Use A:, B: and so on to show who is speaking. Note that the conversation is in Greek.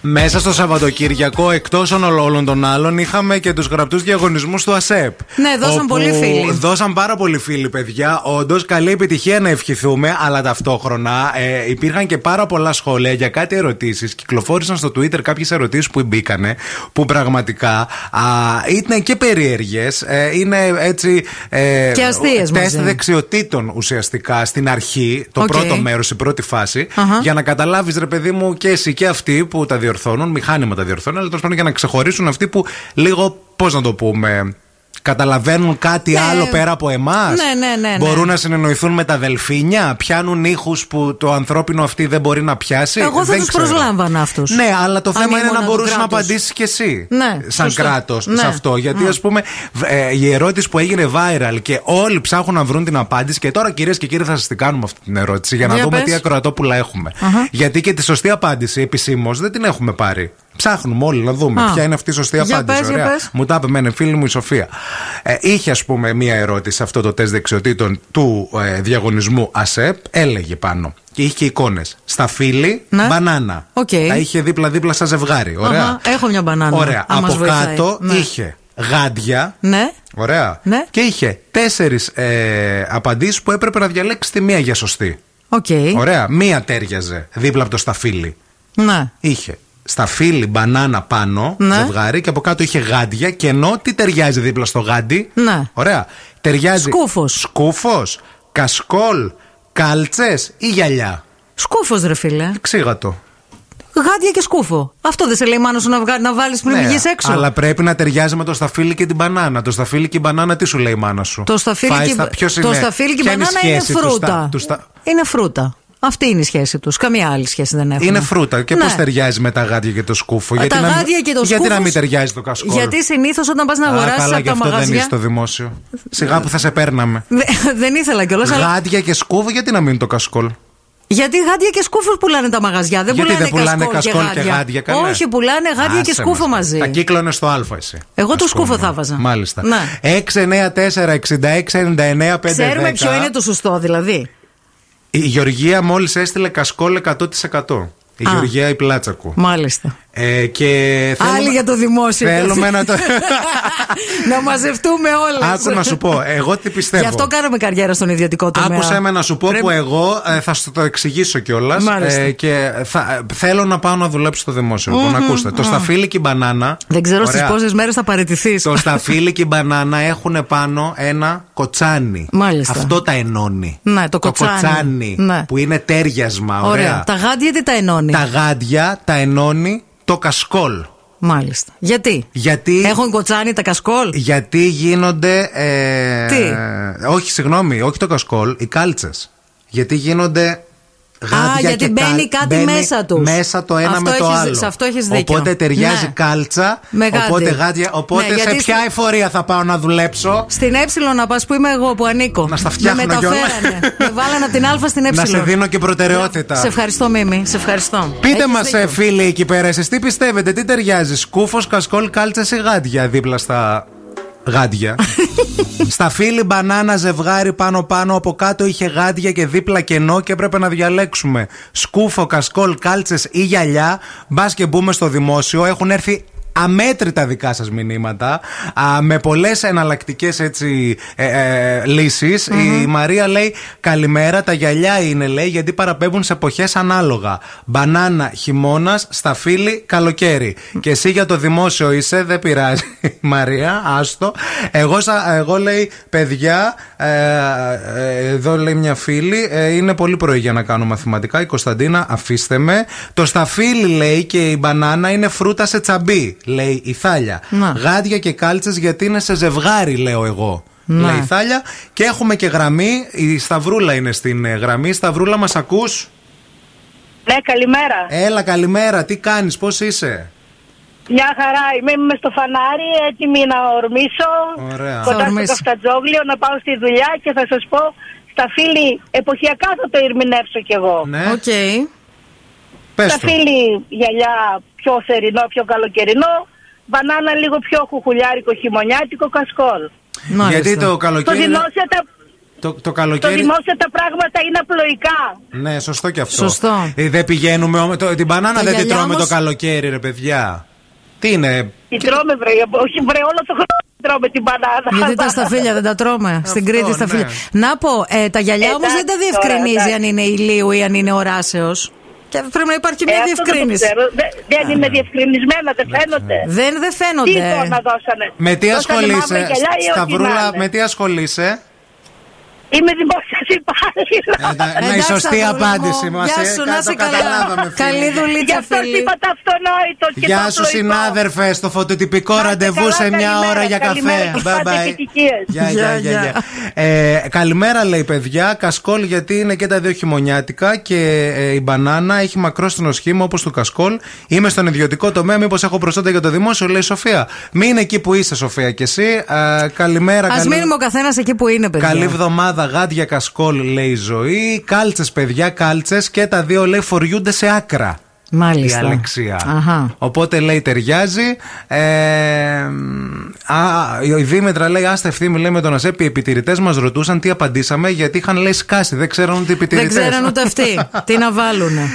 A: Μέσα στο Σαββατοκύριακο, εκτός όλων των άλλων, είχαμε και τους γραπτούς διαγωνισμούς του ΑΣΕΠ.
B: Ναι, δώσαν
A: όπου
B: πολλοί φίλοι.
A: Δώσαν πάρα πολλοί φίλοι, παιδιά. Όντως, καλή επιτυχία να ευχηθούμε, αλλά ταυτόχρονα ε, υπήρχαν και πάρα πολλά σχόλια για κάτι ερωτήσεις. Κυκλοφόρησαν στο Twitter κάποιες ερωτήσεις που μπήκανε, που πραγματικά α, ήταν και περίεργες. Ε, είναι έτσι. Ε,
B: Και αστείες
A: Τεστ
B: μαζί.
A: δεξιοτήτων ουσιαστικά στην αρχή, το
B: Οκ.
A: πρώτο μέρος, η πρώτη φάση,
B: Αχα.
A: για να καταλάβεις, ρε παιδί μου, και εσύ και αυτοί που τα διορθώνουν, μηχάνημα τα διορθώνουν, αλλά τέλος πάντων για να ξεχωρίσουν αυτοί που λίγο, πώς να το πούμε, καταλαβαίνουν κάτι
B: Ναι.
A: άλλο πέρα από εμάς.
B: Ναι, ναι, ναι, ναι.
A: Μπορούν να συνεννοηθούν με τα δελφίνια, πιάνουν ήχους που το ανθρώπινο αυτή δεν μπορεί να πιάσει.
B: Εγώ θα
A: δεν
B: τους
A: ξέρω.
B: προσλάμβανα αυτούς.
A: Ναι, αλλά το θέμα είναι να μπορούσες να
B: απαντήσει.
A: απαντήσεις κι εσύ.
B: Ναι,
A: σαν
B: σωστό.
A: κράτος
B: Ναι.
A: σε αυτό. Γιατί,
B: Ναι.
A: ας πούμε, β- ε, η ερώτηση που έγινε viral και όλοι ψάχνουν να βρουν την απάντηση. Και τώρα, κυρίες και κύριοι, θα σας την κάνουμε αυτή την ερώτηση για να
B: Για
A: δούμε
B: πες.
A: τι ακροατόπουλα έχουμε.
B: Αχα.
A: Γιατί και τη σωστή απάντηση επισήμως δεν την έχουμε πάρει. Ψάχνουμε όλοι να δούμε
B: Α.
A: ποια είναι αυτή η σωστή
B: Για
A: απάντηση.
B: πες, για
A: Ωραία.
B: πες.
A: Μου τα είπε εμένα, φίλη μου η Σοφία. Ε, είχε, ας πούμε, μία ερώτηση σε αυτό το τεστ δεξιοτήτων του ε, διαγωνισμού ΑΣΕΠ. Έλεγε πάνω. Και είχε και εικόνες. Στα φίλη,
B: Ναι.
A: μπανάνα.
B: Οκ.
A: Τα είχε δίπλα-δίπλα σαν ζευγάρι. Ωραία.
B: Αχα, έχω μια μπανάνα,
A: Ωραία.
B: αν μας
A: Από
B: βοηθάει.
A: κάτω
B: Ναι.
A: είχε γάντια.
B: Ναι.
A: Ωραία.
B: Ναι.
A: Και είχε τέσσερις ε, απαντήσεις που έπρεπε να διαλέξει τη μία για σωστή.
B: Οκ.
A: Ωραία. Μία τέριαζε δίπλα από το σταφύλι.
B: Ναι.
A: Είχε σταφύλι, μπανάνα πάνω,
B: Ναι.
A: ζευγάρι και από κάτω είχε γάντια. Και ενώ τι ταιριάζει δίπλα στο γάντι.
B: Ναι.
A: Ωραία. Ταιριάζει.
B: Σκούφος.
A: Σκούφος, κασκόλ, κάλτσε ή γυαλιά.
B: Σκούφος, ρε φίλε.
A: Ξύγατο.
B: Γάντια και σκούφο. Αυτό δεν σε λέει μάνο να, βγα... να βάλεις πριν
A: Ναι,
B: βγεις έξω.
A: Αλλά πρέπει να ταιριάζει με το σταφύλι και την μπανάνα. Το σταφύλι και η μπανάνα τι σου λέει η μάνα σου.
B: Το σταφύλι
A: Φάει
B: και,
A: στα- ποιος
B: το
A: είναι-
B: σταφύλι και η
A: ποια η
B: μπανάνα είναι
A: σχέση του στα-
B: φρούτα.
A: του στα-
B: Είναι φρούτα. Αυτή είναι η σχέση τους. Καμία άλλη σχέση δεν έχουν.
A: Είναι φρούτα. Και
B: Ναι.
A: πώ ταιριάζει με τα γάντια και το σκούφο.
B: τα
A: να μην-
B: γάντια και το
A: γιατί
B: σκούφο.
A: να μην ταιριάζει το κασκόλ.
B: Γιατί συνήθως όταν πας να
A: Α,
B: αγοράσει
A: καλά,
B: από
A: γι'
B: τα
A: αυτό δεν είσαι
B: μαγαζιά.
A: στο δημόσιο. Σιγά που θα σε παίρναμε.
B: Δε- δεν ήθελα κιόλας. Αλλά...
A: Γάντια και σκούφο, γιατί να μην είναι το κασκόλ.
B: Γιατί γάντια και σκούφος πουλάνε τα μαγαζιά. Δεν
A: γιατί
B: πουλάνε,
A: δεν πουλάνε κασκόλ και
B: γάντια.
A: γάντια. καλέ.
B: Όχι, πουλάνε γάντια και
A: Άσε
B: σκούφο
A: μας.
B: μαζί.
A: Τα κύκλωνε στο Α, εσύ.
B: Εγώ το
A: Ας
B: σκούφο
A: πούμε.
B: θα βάζα.
A: Μάλιστα.
B: Ναι.
A: 694-6699-510.
B: Ξέρουμε ποιο είναι το σωστό δηλαδή.
A: Η Γεωργία μόλις έστειλε κασκόλ 100%. Η
B: Α.
A: Γεωργία η Πλάτσακου.
B: Μάλιστα.
A: Ε, και θέλουμε-
B: Άλλη για το δημόσιο.
A: Θέλουμε να το.
B: να μαζευτούμε όλες.
A: Άκου να σου πω, εγώ τι πιστεύω.
B: Γι' αυτό κάναμε καριέρα στον ιδιωτικό τομέα.
A: Άκουσα με να σου πω
B: Πρέπει-
A: που εγώ ε, θα σου το εξηγήσω κιόλας.
B: Μάλιστα.
A: και θα, ε, θέλω να πάω να δουλέψω στο δημόσιο. Λοιπόν, ακούστε. Το σταφύλι και η μπανάνα.
B: Δεν ξέρω στις
A: Ωραία.
B: πόσες μέρες θα παραιτηθείς.
A: Το σταφύλι και η μπανάνα έχουν πάνω ένα κοτσάνι.
B: Μάλιστα.
A: Αυτό τα ενώνει.
B: Ναι, το κοτσάνι. Ναι.
A: που είναι τέριασμα. Ωραία.
B: Ωραία. Τα γάντια τι τα ενώνει.
A: Τα γάντια τα ενώνει το κασκόλ.
B: Μάλιστα. Γιατί.
A: Γιατί,
B: Έχουν κοτσάνι τα κασκόλ.
A: γιατί γίνονται. Ε,
B: Τι?
A: Όχι, συγγνώμη, όχι το κασκόλ, οι κάλτσες. Γιατί γίνονται. Γάδια
B: γιατί
A: και καλ-
B: μπαίνει κάτι
A: μπαίνει
B: μέσα τους.
A: Μέσα το ένα
B: Αυτό
A: με το
B: έχεις-
A: άλλο.
B: σε αυτό έχεις δίκιο.
A: Οπότε ταιριάζει
B: Ναι.
A: κάλτσα.
B: Με γάντι.
A: οπότε γάντια. Οπότε
B: Ναι,
A: σε
B: γιατί
A: ποια
B: στη-
A: εφορία θα πάω να δουλέψω.
B: Στην ε να πας που είμαι εγώ που ανήκω.
A: Να στα
B: Με
A: φτιάχνω κιόλας.
B: μεταφέρανε. με βάλανε από την α στην ε.
A: Να σε δίνω και προτεραιότητα.
B: Σε ευχαριστώ, Μίμη. Σε ευχαριστώ.
A: Πείτε
B: Έχεις
A: μας,
B: δίκιο.
A: ε, φίλοι εκεί πέρα, εσείς τι πιστεύετε, τι ταιριάζει. Σκούφος, κασκόλ, κάλτσε ή γάντια δίπλα στα γάντια. στα φίλη μπανάνα ζευγάρι πάνω-πάνω, από κάτω είχε γάντια και δίπλα κενό και έπρεπε να διαλέξουμε. Σκούφο, κασκόλ, κάλτσες ή γυαλιά. Μπας και μπούμε στο δημόσιο. Έχουν έρθει αμέτρητα δικά σας μηνύματα α, με πολλές εναλλακτικές έτσι ε, ε, λύσεις. η Μαρία λέει καλημέρα τα γυαλιά είναι λέει γιατί παραπέμπουν σε εποχές ανάλογα μπανάνα χειμώνας σταφύλι καλοκαίρι και εσύ για το δημόσιο είσαι δεν πειράζει Μαρία άστο εγώ, σα- εγώ λέει παιδιά ε, ε, εδώ λέει μια φίλη ε, είναι πολύ πρωί για να κάνω μαθηματικά η Κωνσταντίνα αφήστε με το σταφύλι λέει και η μπανάνα είναι φρούτα σε τσαμπί λέει η Θάλια
B: Να.
A: γάντια και κάλτσες γιατί είναι σε ζευγάρι λέω εγώ
B: Ναι.
A: λέει η Θάλια και έχουμε και γραμμή η Σταυρούλα είναι στην ε, γραμμή Σταυρούλα μας ακούς
C: Ναι, καλημέρα.
A: έλα καλημέρα τι κάνεις πως είσαι
C: Μια χαρά. Είμαι μες στο φανάρι, έτοιμη να ορμήσω.
A: Ωραία.
B: Θα
C: Κοντά στο
B: ορμήσεις.
C: καυτατζόγλιο, να πάω στη δουλειά και θα σας πω στα φίλη, εποχιακά θα το ερμηνεύσω κι εγώ.
A: ναι
B: Οκ.
A: πες
C: Στα
A: το
C: φίλη γυαλιά πιο θερινό, πιο καλοκαιρινό. Μπανάνα λίγο πιο κουκουλιάρικο, χειμωνιάτικο, κασκόλ.
B: Μάλιστα.
A: γιατί το
C: Το
A: καλοκαίρι
C: δημόσιο τα,
A: Το, το
C: Το
A: καλοκαίρι.
C: δημόσιο τα πράγματα είναι απλοϊκά.
A: Ναι, σωστό και αυτό.
B: Σωστό.
A: Ε, δεν πηγαίνουμε όμως. το- Την μπανάνα
B: Τα
A: δεν την
B: γυαλιά
A: τρώμε
B: όμως-
A: το καλοκαίρι, ρε παιδιά. Τι είναι.
C: Την τρώμε, βρε. Όχι, βρε, όλο το χρόνο την τρώμε την μπανάνα.
B: Γιατί τα σταφύλια δεν τα τρώμε. Στην
A: Αυτό,
B: Κρήτη στα
A: ναι.
B: φίλια. Να πω, ε, τα γυαλιά όμως δεν τα
C: Εντάξει
B: διευκρινίζει
C: τώρα,
B: αν είναι ηλίου ή αν είναι οράσεω. Και πρέπει να υπάρχει
C: Ε,
B: μια
C: αυτό δεν το
B: διευκρίνηση.
C: ξέρω. Δε- Δεν είναι διευκρινισμένα,
A: Ναι,
C: δεν φαίνονται.
B: Δεν δεν
C: Τι
B: φαίνονται.
C: εικόνα δώσανε.
A: Με τι
C: Δώσανε μαύρα
A: ασχολείσαι,
C: γυαλιά ή ό,τι να
A: Σταυρούλα,
C: είναι.
A: με τι ασχολείσαι.
C: Είμαι δημόσια υπάλληλο.
A: Ε, να- Να η
B: Εντάξει,
A: σωστή
B: Σταυρούλα μου.
A: απάντηση ε, μας.
B: Γεια σου, να είσαι καλά. Καλή
C: Γι'
B: δουλίτσα,
C: αυτό
B: φίλη.
C: είπα τα αυτονόητο και
A: Γεια
C: το
A: σου,
C: απλοϊκό.
A: συνάδελφε, στο φωτοτυπικό
C: Να είστε
A: ραντεβού
C: καλά,
A: σε μια
C: καλημέρα,
A: ώρα για
C: καλημέρα
A: καφέ.
C: και
A: Bye
C: πάντα
A: bye.
C: επιτυχίες.
A: Γεια, γεια,
B: Γεια,
A: γεια.
B: γεια.
A: γεια. Ε, καλημέρα, λέει παιδιά. Κασκόλ, γιατί είναι και τα δύο χειμωνιάτικα και ε, η μπανάνα έχει μακρόστινο σχήμα όπως του κασκόλ. Είμαι στον ιδιωτικό τομέα, μήπως έχω προσόντα για το δημόσιο, λέει η Σοφία. Μην εκεί που είσαι, Σοφία, κι εσύ. Ε, καλημέρα,
B: Ας
A: καλη-
B: μείνουμε ο καθένας εκεί που είναι, παιδιά.
A: Καλή εβδομάδα, γάντια κασκόλ, λέει η ζωή. Κάλτσες, παιδιά, κάλτσες και τα δύο, λέει, φοριούνται σε άκρα. Η
B: Μάλιστα.
A: Αλεξία.
B: Αχα.
A: Οπότε λέει ταιριάζει. Ε, α, η Δήμητρα λέει: Άστε ευθύμη, λέει με τον Ασέπ. Οι επιτηρητές μας ρωτούσαν τι απαντήσαμε, γιατί είχαν λέει σκάσει. Δεν ξέραν ούτε οι επιτηρητέ.
B: Δεν ξέραν ούτε αυτοί τι να βάλουν.